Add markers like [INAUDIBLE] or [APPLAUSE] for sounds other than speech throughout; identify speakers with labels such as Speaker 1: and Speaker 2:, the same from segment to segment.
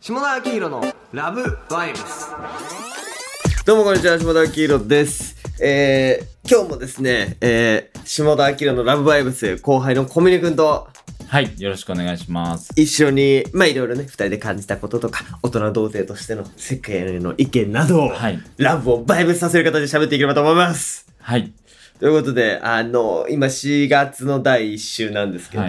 Speaker 1: 下田明宏のラブバイブス
Speaker 2: どうもこんにちは、下田明宏です。えー、今日もですね、えー、下田明宏のラブバイブス後輩の小峰くんと
Speaker 3: はい、よろしくお願いします。
Speaker 2: 一緒に、まあいろいろね、二人で感じたこととか、大人童貞としての世界への意見などを、
Speaker 3: はい、
Speaker 2: ラブをバイブスさせる形で喋っていければと思います。
Speaker 3: はい、
Speaker 2: ということで、あの、今4月の第1週なんですけど、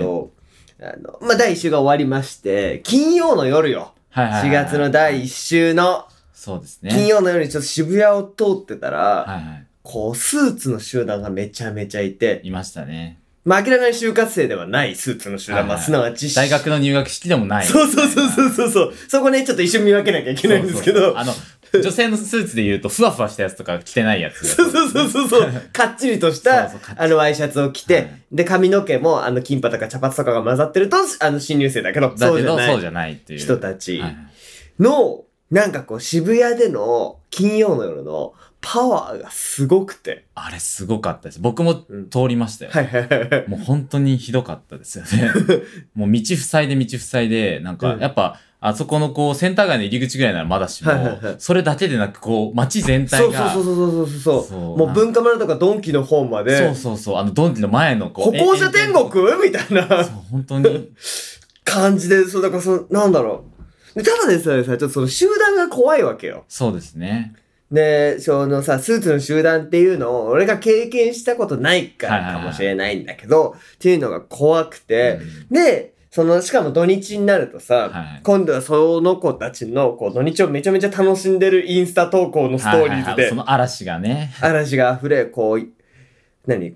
Speaker 2: あの、まあ第1週が終わりまして、金曜の夜よ。
Speaker 3: はい、はい。
Speaker 2: 4月の第1週の
Speaker 3: そうですね。
Speaker 2: 金曜の夜にちょっと渋谷を通ってたら、
Speaker 3: はい、はい。
Speaker 2: こう、スーツの集団がめちゃめちゃいて、
Speaker 3: いましたね。
Speaker 2: まあ、明らかに就活生ではないスーツの集団、
Speaker 3: はい
Speaker 2: ま
Speaker 3: はい
Speaker 2: あ、すなわち、
Speaker 3: 大学の入学式でもない。。
Speaker 2: そうそうそうそううそうそう、そこね、ちょっと一瞬見分けなきゃいけないんですけ
Speaker 3: そうそう
Speaker 2: ど、
Speaker 3: あの、女性のスーツで言うと、ふわふわしたやつとか着てないやつ。
Speaker 2: そうそうそうそうそう、かっちりとした
Speaker 3: そうそうかっちり
Speaker 2: あのワイシャツを着て、
Speaker 3: はい
Speaker 2: で髪の毛もあの金髪とか茶髪とかが混ざってると、あの新入生だけど、
Speaker 3: だ
Speaker 2: そう
Speaker 3: け
Speaker 2: じゃ
Speaker 3: ど、
Speaker 2: な
Speaker 3: そうじゃ
Speaker 2: い
Speaker 3: ないっていう。
Speaker 2: 人たち
Speaker 3: はいはい
Speaker 2: の、なんかこう渋谷での金曜の夜のパワーがすごくて、
Speaker 3: あれ、すごかったです。僕も通りましたよ。
Speaker 2: はいはいはいはい。
Speaker 3: もう本当にひどかったですよ
Speaker 2: [LAUGHS]
Speaker 3: ね。もう道塞いで道塞いで、なんか
Speaker 2: う、ん
Speaker 3: やっぱ、あそこのこう、センター街の入り口ぐらいならまだしも
Speaker 2: はいはいはい、
Speaker 3: それだけでなく、こう、街全体
Speaker 2: そう
Speaker 3: が、
Speaker 2: そうそうそうそうそうそう。
Speaker 3: そう
Speaker 2: もう文化村とかドンキの方まで、
Speaker 3: そうそうそう、あの、ドンキの前のこ
Speaker 2: 歩
Speaker 3: う、
Speaker 2: 行者天
Speaker 3: ええ
Speaker 2: 国みたい
Speaker 3: ええそう
Speaker 2: な、
Speaker 3: 本当に。
Speaker 2: 感じで、そう、だからその、なんだろう。でただでさえさ、ちょっとその集団が怖いわけよ。
Speaker 3: そうですね。
Speaker 2: で、そのさ、スーツの集団っていうのを、俺が経験したことないからかもしれないんだけど、っていうのが怖くて、
Speaker 3: うん
Speaker 2: で、その、しかも土日になるとさ、
Speaker 3: はい
Speaker 2: 今度はその子たちの、こう、土日をめちゃめちゃ楽しんでるインスタ投稿のストーリーズ
Speaker 3: はいはいはい
Speaker 2: で
Speaker 3: そ、の嵐がね。
Speaker 2: 嵐が溢れ、こう、何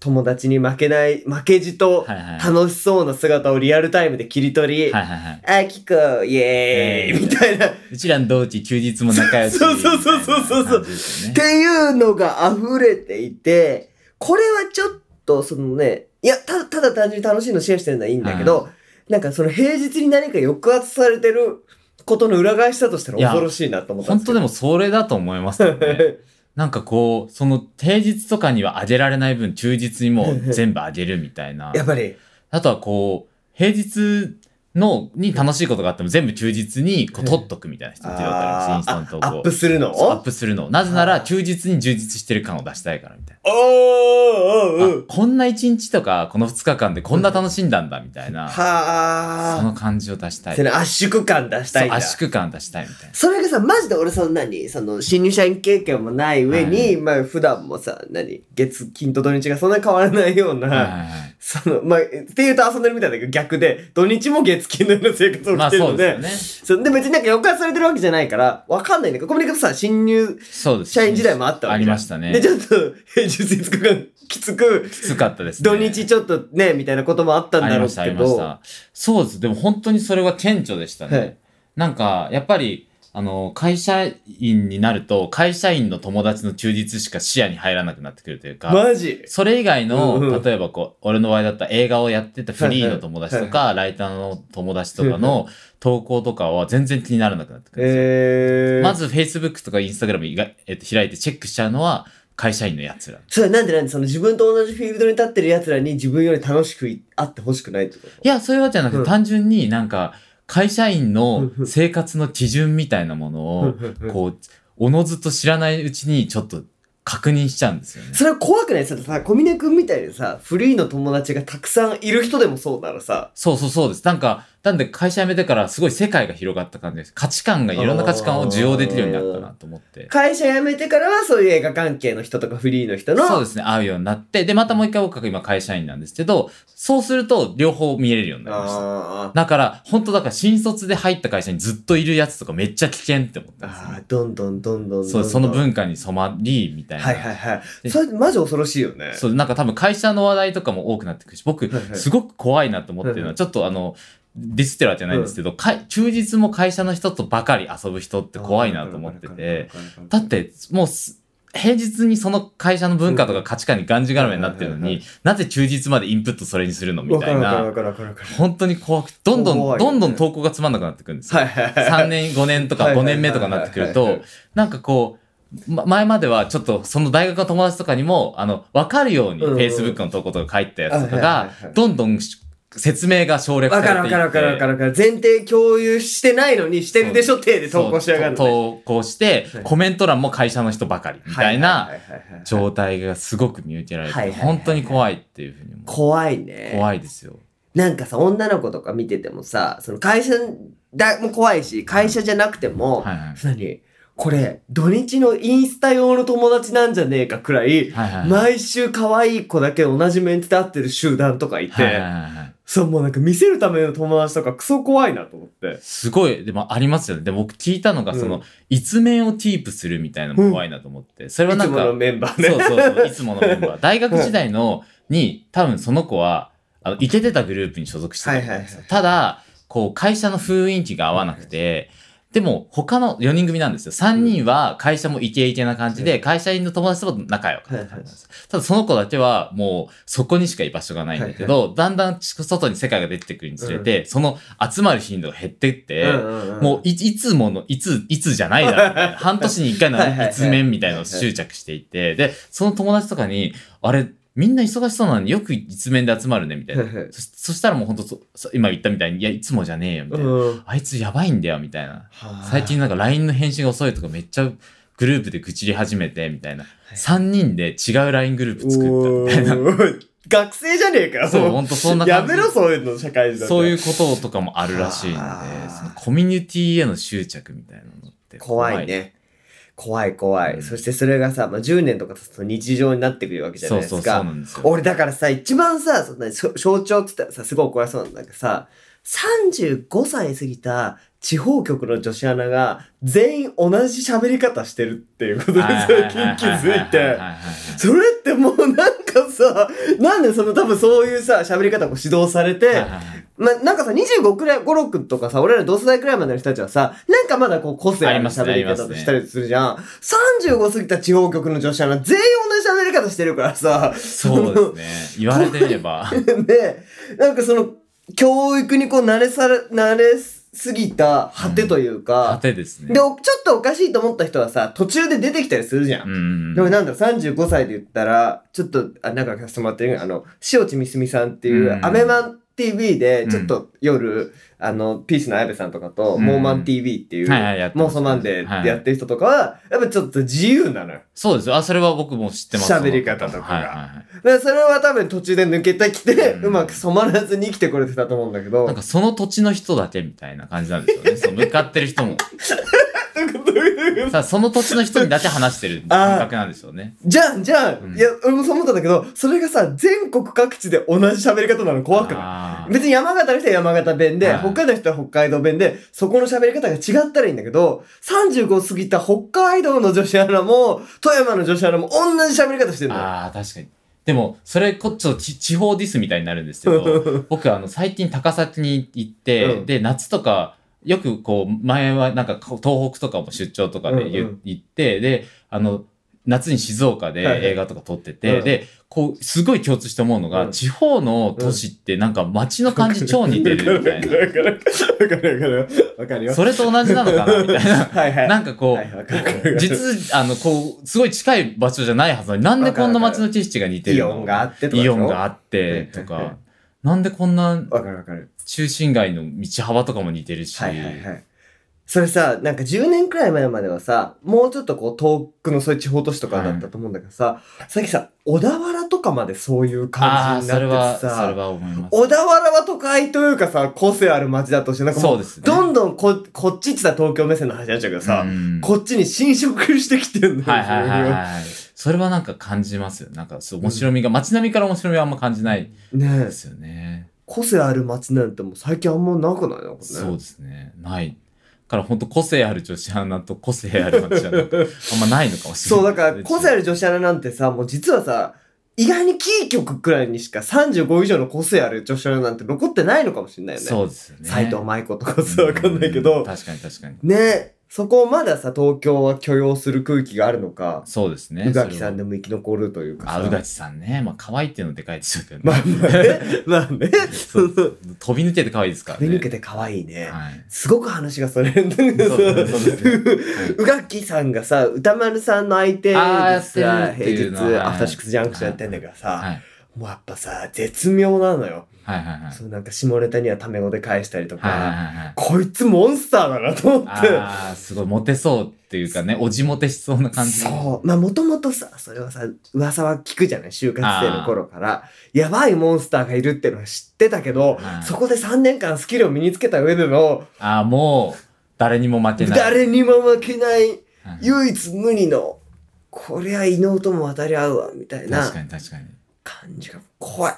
Speaker 2: 友達に負けない、負けじと
Speaker 3: はいはい
Speaker 2: 楽しそうな姿をリアルタイムで切り取り、
Speaker 3: はいはいはい。
Speaker 2: あきこ、イエーイみたいな、っ
Speaker 3: うちらの同期、休日も仲良し。
Speaker 2: そうそうそうそうそうそう
Speaker 3: みたいな感じですよ
Speaker 2: て
Speaker 3: ね
Speaker 2: いうのが溢れていて、これはちょっと、そのね、いや、ただ、ただ単純に楽しいのシェアしてるのはいいんだけど、なんかその平日に何か抑圧されてることの裏返しだとしたら
Speaker 3: いや
Speaker 2: 恐ろしいなと思ったん
Speaker 3: 本
Speaker 2: です
Speaker 3: 当
Speaker 2: け
Speaker 3: で
Speaker 2: ど。
Speaker 3: もそれだと思いますよね。なんかこう、その平日とかにはあげられない分、休日
Speaker 2: [LAUGHS]
Speaker 3: にもう全部あげるみたい
Speaker 2: [LAUGHS] 。
Speaker 3: な
Speaker 2: やっぱり、
Speaker 3: あとはこう、平日の、に楽しいことがあっても全部休日にこう取っとくみたいな人っているわけです。インスタント
Speaker 2: あ
Speaker 3: を
Speaker 2: あアップするの
Speaker 3: そうアップするの。なぜな
Speaker 2: は
Speaker 3: ら
Speaker 2: い
Speaker 3: 休日に充実してる感を出したいからみたいな。
Speaker 2: おーおーお
Speaker 3: あ
Speaker 2: ー
Speaker 3: こんな1日とかこの2日間でこんな楽しんだんだみたいな、そ
Speaker 2: はあ
Speaker 3: の感じを出したい。
Speaker 2: そ
Speaker 3: そ
Speaker 2: の圧縮感出したいん
Speaker 3: う
Speaker 2: だ
Speaker 3: 圧縮感出したいみたいな。
Speaker 2: それがさマジで俺そんなにその新入社員経験もない上に、
Speaker 3: はい
Speaker 2: まあ普段もさ何月金と土日がそんなに変わらないような、
Speaker 3: はいは
Speaker 2: [LAUGHS]
Speaker 3: いはい
Speaker 2: そのまあっていうと遊んでるみたいだけど逆で土日も月金のような生活を
Speaker 3: ま
Speaker 2: し
Speaker 3: あ
Speaker 2: てる
Speaker 3: そ
Speaker 2: の
Speaker 3: う
Speaker 2: で,、
Speaker 3: です
Speaker 2: そんで別になんか抑圧されてるわけじゃないからわかんないんだけどコミュニケーションさ新入
Speaker 3: よね。そうです。
Speaker 2: 社員時代もあったわ
Speaker 3: あ
Speaker 2: け
Speaker 3: り
Speaker 2: じゃん
Speaker 3: ましたね。
Speaker 2: でちょっと平日5日間きつく
Speaker 3: きつかったです、ね。
Speaker 2: 土日ちょっとねみたいなこともあったんだ
Speaker 3: あり
Speaker 2: ろ
Speaker 3: ま
Speaker 2: う
Speaker 3: した、あ
Speaker 2: け
Speaker 3: りまし
Speaker 2: ど
Speaker 3: た。そうです。でも本当にそれは顕著でしたね。
Speaker 2: はい
Speaker 3: なんか、やっぱり、あの、会社員になると、会社員の友達の休日しか視野に入らなくなってくるというか、
Speaker 2: マジ
Speaker 3: それ以外の、
Speaker 2: うんうん
Speaker 3: 例えばこう、俺の場合だったら映画をやってたフリーの友達とか、ライターの友達と
Speaker 2: [LAUGHS]
Speaker 3: かの投稿とかは全然気にならなくなってくるんですよ。
Speaker 2: えー、
Speaker 3: まず Facebook とか Instagram が、えっと、開いてチェックしちゃうのは会社員のやつら。い
Speaker 2: それなんでなんでその自分と同じフィールドに立ってる奴らに自分より楽しくいあってほしくないってこと
Speaker 3: や、そういうわけじゃなくて、
Speaker 2: うん
Speaker 3: 単純になんか、会社員の
Speaker 2: うんうん
Speaker 3: 生活の基準みたいなものを、こう、おのずと知らないうちにちょっと確認しちゃうんですよね。
Speaker 2: それは怖くないそれさ、小峰くんみたいにさ、フリーの友達がたくさんいる人でもそうならさ、
Speaker 3: そうそうそうです。なんか、なんで会社辞めてからすごい世界が広がった感じです。価値観が、いろんな価値観を受容できるようになったなと思って。
Speaker 2: 会社辞めてからはそういう映画関係の人とかフリーの人の、
Speaker 3: そうですね、会うようになって、で、またもう一回僕は今会社員なんですけど、そうすると両方見えれるようになりました。
Speaker 2: あー
Speaker 3: だから、本当だから新卒で入った会社にずっといるやつとかめっちゃ危険って思ったんですよ
Speaker 2: あ
Speaker 3: ね
Speaker 2: ー、どんどんどんどんどんどん。
Speaker 3: そう、その。文化に染まり、みたいな。
Speaker 2: はいはいは
Speaker 3: で
Speaker 2: い。それマジ恐ろしいよね。
Speaker 3: そう、なんか多分会社の話題とかも多くなってくるし、僕
Speaker 2: はいは、い
Speaker 3: すごく怖いなと思ってる
Speaker 2: は
Speaker 3: の
Speaker 2: いは
Speaker 3: は、ちょっとあの、ディステラじゃないんですけど、かい休日も会社の人とばかり遊ぶ人って怖いなと思ってて、だってもうす、平日にその会社の文化とか価値観にがんじがらめになってるの
Speaker 2: はいはい
Speaker 3: に、なぜ休日までインプットそれにするのみ
Speaker 2: わ
Speaker 3: た
Speaker 2: か
Speaker 3: い
Speaker 2: るわかる
Speaker 3: な
Speaker 2: わ、かるわかるわかる。
Speaker 3: 本当に怖くて、どんど
Speaker 2: 怖
Speaker 3: ん、
Speaker 2: いよね
Speaker 3: どんどん投稿がつまんなくなってくるんですよ
Speaker 2: はいはいはい。
Speaker 3: 3年、5年とか
Speaker 2: はいは
Speaker 3: 5
Speaker 2: いはい
Speaker 3: 年目とかになってく
Speaker 2: は
Speaker 3: る
Speaker 2: いはい
Speaker 3: と
Speaker 2: は、
Speaker 3: なんかこう、ま前まではちょっとその大学の友達とかにも、あの、わかるように
Speaker 2: うんうん
Speaker 3: Facebook の投稿とか書いてたやつとか
Speaker 2: はいはい
Speaker 3: が
Speaker 2: はいはい、
Speaker 3: どんどん説明が省略さ
Speaker 2: わ
Speaker 3: れて
Speaker 2: か
Speaker 3: いて
Speaker 2: るわかるわかるわかるわかる。前提共有してないのにしてるでしょ手で投稿しやがるの
Speaker 3: そう
Speaker 2: ね。
Speaker 3: 投稿して
Speaker 2: はい、
Speaker 3: コメント欄も会社の人ばかりみたいな
Speaker 2: はいはいはいはいはい
Speaker 3: 状態がすごく見受けられ
Speaker 2: はい
Speaker 3: て、
Speaker 2: はいはいはい
Speaker 3: 本当に怖いっていうふうに思う。
Speaker 2: 怖いね。
Speaker 3: 怖いですよ。
Speaker 2: なんかさ、女の子とか見ててもさ、その会社だも怖いし、会社じゃなくても、
Speaker 3: はいはい。
Speaker 2: 何これ、土日のインスタ用の友達なんじゃねえかくらい、
Speaker 3: はいはいはい。
Speaker 2: 毎週可愛い子だけ同じメンツで会ってる集団とかいて、
Speaker 3: はいはいはいはい
Speaker 2: そう、もうなんか見せるための友達とかクソ怖いなと思って。
Speaker 3: すごい、でもありますよね。で、僕聞いたのが、
Speaker 2: うん
Speaker 3: その、一面をキープするみたいなのも怖いなと思って。それはいな
Speaker 2: つ
Speaker 3: ん
Speaker 2: も
Speaker 3: か、
Speaker 2: のメンバーね。
Speaker 3: そうそうそう、いつものメン
Speaker 2: [LAUGHS]
Speaker 3: バー。大学時代の、に、多分その子は、あの、イケてたグループに所属してたんですよ。
Speaker 2: はいはいはい
Speaker 3: ただ、こう、会社の雰囲気が合わなくて、でも、他の4人組なんですよ。3人は会社もイケイケな感じで、会社員の友達とも仲良かったんです。ただ、その子だけは、もう、そこにしか居場所がないんだけど、だんだん外に世界が出てくるにつれて、その集まる頻度が減ってって、もうい、いつもの、いつ、いつじゃないだろうみたいな。半年に一回の
Speaker 2: はいはいはい
Speaker 3: いつ面みたいなのを執着していて、で、その友達とかに、あれ、みんな忙しそうなのによくいつ面で集まるね、みたいな。
Speaker 2: う
Speaker 3: そそしたらもうほんとそ、そ今言ったみたいに、いや、いつもじゃねえよ、みたいな。
Speaker 2: ん。
Speaker 3: あいつやばいんだよ、みたいな。最近なんか LINE の返信が遅いとかめっちゃグループで愚痴り始めて、みたいな。3人で違う LINE グループ作った、みたいな。
Speaker 2: おー学生じゃねえかよ
Speaker 3: そう、ほんとそんな
Speaker 2: や
Speaker 3: 感じ。
Speaker 2: めろ、そういうの、社会人だ。
Speaker 3: そういううこととかもあるらしいの
Speaker 2: は
Speaker 3: で、
Speaker 2: あ
Speaker 3: そのコミュニティへの執着みたいなのって
Speaker 2: 怖いね。怖い怖い、
Speaker 3: うん
Speaker 2: そしてそれがさ、まあ、10年とか経つと日常になってくるわけじゃないですか。
Speaker 3: そうそうそうなんですよ。
Speaker 2: 俺だからさ、一番さ、そんな象象徴って言ったらさ、すごい怒られそうなんだけどさ、35歳過ぎた地方局の女子アナが全員同じ喋り方してるっていうことに
Speaker 3: はいはい
Speaker 2: 最
Speaker 3: はいは
Speaker 2: 近
Speaker 3: い
Speaker 2: 気づいて
Speaker 3: は。はは
Speaker 2: それってもうなんかさ、なんでその多分そういうさ、喋り方を指導され
Speaker 3: い
Speaker 2: て
Speaker 3: はい、はい
Speaker 2: ま、なんかさ、25くらい、5、6とかさ、俺ら同世代くらいまでの人たちはさ、なんかまだこう個性あ
Speaker 3: あ
Speaker 2: る
Speaker 3: りますね
Speaker 2: 喋り
Speaker 3: ありま
Speaker 2: 方
Speaker 3: すね
Speaker 2: したりするじゃん。35過ぎた地方局の女子アナ、全員同じ喋り方してるからさ、
Speaker 3: そうですね。言われてみれば。
Speaker 2: [LAUGHS] ので、なんかその、教育にこう慣れされ、慣れすぎた果てという
Speaker 3: 果
Speaker 2: か、
Speaker 3: てですね。
Speaker 2: で、おちょっとおかしいと思った人はさ、途中で出てきたりするじゃん
Speaker 3: うんうん
Speaker 2: でもなんだろう、35歳で言ったら、ちょっと、あ、なんかさせてもらってる、あの、塩地みすみさんっていう
Speaker 3: う、ん
Speaker 2: アベマン TV で
Speaker 3: う、ん
Speaker 2: ちょっと夜、あの、ピースの綾部さんとかと、
Speaker 3: うん
Speaker 2: モーマン TV っていう、
Speaker 3: はいはいやって
Speaker 2: 妄
Speaker 3: ます
Speaker 2: 想マンデーでやってる人とかは、やっぱちょっと自由なのよ。
Speaker 3: そうですよ。あ、それは僕も知ってます。
Speaker 2: 喋り方とかが
Speaker 3: はいはいはい
Speaker 2: だからそれは多分途中で抜けてきて、
Speaker 3: う
Speaker 2: うんまく染まらずに生きてこれてたと思うんだけど。
Speaker 3: なんかその土地の人だけみたいな感じなんですよね。そう向かってる人も。さあその土地の人にだけ話してる感覚なんでしょうね。
Speaker 2: じゃんじゃん、
Speaker 3: うん
Speaker 2: いや、俺もそう思ったんだけど、それがさ、全国各地で同じ喋り方なの怖くない
Speaker 3: あー
Speaker 2: 別に山形の人は山形弁で、
Speaker 3: はい
Speaker 2: 北海道の人は北海道弁で、そこの喋り方が違ったらいいんだけど、35過ぎた北海道の女子アナも、富山の女子アナも同じ喋り方してるのよ。
Speaker 3: あー、確かに。でも、それ、こっちょっとち地方ディスみたいになるんで
Speaker 2: [LAUGHS]
Speaker 3: すけど、僕、あの、最近高崎に行って、
Speaker 2: うん
Speaker 3: で、夏とか、よくこう、前はなんかこう、東北とかも出張とかでゆ
Speaker 2: うんうん
Speaker 3: 行って、で、あの、夏に静岡で
Speaker 2: はいはい
Speaker 3: 映画とか撮ってて、
Speaker 2: うん
Speaker 3: で、こう、すごい共通して思うのが、
Speaker 2: うん
Speaker 3: 地方の都市ってなんか街の感じ超似てるみ [LAUGHS] たいな。
Speaker 2: わかるわかるわかるわかるよ。
Speaker 3: それと同じなのかなみたいな。
Speaker 2: [LAUGHS] はいはい。
Speaker 3: なんかこう、
Speaker 2: はいわかるわかる
Speaker 3: 実、あの、こう、すごい近い場所じゃないはずなのに、なんでこんな街の景色が似てる
Speaker 2: イ
Speaker 3: の
Speaker 2: オンがあってとかで
Speaker 3: イ
Speaker 2: しょ。
Speaker 3: オンがあ
Speaker 2: っ
Speaker 3: ってと
Speaker 2: はいはいは
Speaker 3: か
Speaker 2: い、
Speaker 3: なんでこんな
Speaker 2: わかるわかる。
Speaker 3: 中心街の道幅とかも似てるし、
Speaker 2: はいはいはい。それさ、なんか10年くらい前まではさ、もうちょっとこう遠くのそういう地方都市とかだったと思うんだけどさ、さっきさ、小田原とかまでそういう
Speaker 3: あ
Speaker 2: 感
Speaker 3: あ、
Speaker 2: じ
Speaker 3: それ
Speaker 2: になっ
Speaker 3: は、
Speaker 2: て
Speaker 3: そ
Speaker 2: て
Speaker 3: れ
Speaker 2: さ、
Speaker 3: は思います。
Speaker 2: 小田原は都会というかさ、個性ある街だとして、なんかも
Speaker 3: そう
Speaker 2: う、
Speaker 3: ですね。
Speaker 2: どんどんここっちって言ったら東京目線の話になっちゃうけどさ、
Speaker 3: うん
Speaker 2: こっちに侵食してきてるんだ
Speaker 3: は
Speaker 2: よ、
Speaker 3: いはいはい
Speaker 2: 自
Speaker 3: はい。それはなんか感じますよ。なんかそう、面白みが、街並みから面白みはあんま感じない
Speaker 2: 分がね
Speaker 3: で
Speaker 2: え
Speaker 3: すよね。
Speaker 2: 個性ある街なんてもう最近あんまなくないのかね。
Speaker 3: そうですね。ない。だから本当個性ある女子アナと個性ある街アナと、あんまないのかもしれ
Speaker 2: そ
Speaker 3: な
Speaker 2: う、
Speaker 3: い。
Speaker 2: だから、個性ある女子アナなんてさ、もう実はさ、意外にキー局くらいにしか35以上の個性ある女子アナなんて残ってないのかもしれないよね。
Speaker 3: そうですよね。
Speaker 2: 斎藤舞子とかさ、わかんないけ
Speaker 3: う
Speaker 2: ど。
Speaker 3: 確かに確かに。
Speaker 2: ねえ、そこをまださ、東京は許容する空気があるのか、
Speaker 3: そうですね。
Speaker 2: 宇垣さん
Speaker 3: で
Speaker 2: でも生き残るというかさ。
Speaker 3: あ、うがちさんね。まあ、可愛いっていうのでかいですよね。
Speaker 2: まあまあね、まあね、
Speaker 3: そう [LAUGHS] 飛び抜けて可愛いですからね。
Speaker 2: 飛び抜けて可愛いね。 [LAUGHS]
Speaker 3: はい。
Speaker 2: すごく話がそれるんだけど
Speaker 3: そうそうそう
Speaker 2: うがきさんがさ、歌丸さんの相手で
Speaker 3: あーや
Speaker 2: さ、
Speaker 3: って
Speaker 2: 平
Speaker 3: るっていうのは
Speaker 2: 日
Speaker 3: はい
Speaker 2: アフターシックスジャンクションやってんだけどさ、
Speaker 3: はい。
Speaker 2: もうやっぱさ、絶妙なのよ。
Speaker 3: はいはいはい。
Speaker 2: そうなんか下ネタにはタメ語で返したりとか、
Speaker 3: はいはいはいはい。
Speaker 2: こいつモンスターだなと思って。
Speaker 3: ああ、すごい、モテそうっていうかね、おじモテしそうな感じ。
Speaker 2: そう。まあもともとさ、それはさ、噂は聞くじゃない就活生の頃から。やばいモンスターがいるってのは知ってたけど
Speaker 3: は、い
Speaker 2: そこで3年間スキルを身につけた上での、
Speaker 3: ああ、もう、誰にも負けない。
Speaker 2: 誰にも負けない、
Speaker 3: はい
Speaker 2: 唯一無二の、こりゃ異能とも渡り合うわ、みたいな
Speaker 3: 確かに確かに。
Speaker 2: 感じが怖い。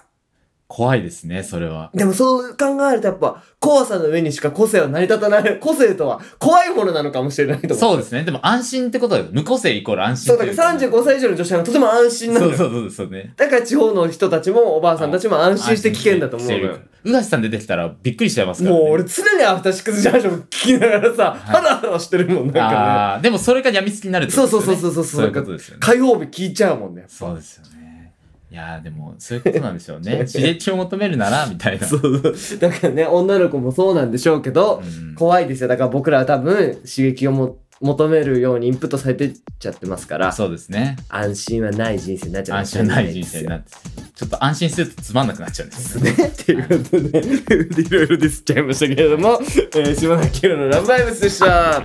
Speaker 3: 怖いですね、それは。
Speaker 2: でもそう考えるとやっぱ、怖さの上にしか個性は成り立たない。 [LAUGHS] 個性とは怖いものなのかもしれないと思う。
Speaker 3: そうですね。でも安心ってことだよ。無個性イコール安
Speaker 2: そ
Speaker 3: 心
Speaker 2: う、だから
Speaker 3: という
Speaker 2: 35歳以上の女子はとても安心なの
Speaker 3: そう
Speaker 2: よ。
Speaker 3: そうそうそうね。
Speaker 2: だから地方の人たちもおばあさんたちも安心して危険だと思うのよ。
Speaker 3: うがしさん出てきたらびっくりしちゃいますから、
Speaker 2: も
Speaker 3: ね。
Speaker 2: う俺常にアフターシックスジャンクション聞きながらさ、ハラハラしてるもんなんか
Speaker 3: ああ、でもそれが病みつきになるっ
Speaker 2: ね。
Speaker 3: てこ
Speaker 2: そう
Speaker 3: と
Speaker 2: そう
Speaker 3: です
Speaker 2: そ
Speaker 3: よ
Speaker 2: う
Speaker 3: ね
Speaker 2: そうそう。
Speaker 3: そういうことですよね。
Speaker 2: 火曜日聞いちゃうもんね。
Speaker 3: そうですよね。いやーでも、 [LAUGHS] そういうことなんでしょうね。刺激を求めるなら、みたいな。
Speaker 2: そうそう。だからね、女の子もそうなんでしょうけど、
Speaker 3: うん
Speaker 2: 怖いですよ。だから僕らは多分刺激をも求めるようにインプットされてっちゃってますから、
Speaker 3: そうですね。
Speaker 2: 安心はない人生になっちゃう
Speaker 3: 安心ない人生になって。ちょっと安心するとつまんなくなっちゃうんですよ
Speaker 2: [LAUGHS]
Speaker 3: ね。
Speaker 2: ね。という [LAUGHS] ことで、いろいろディスっちゃいましたけれども、えー、島田明のラブライブスでした。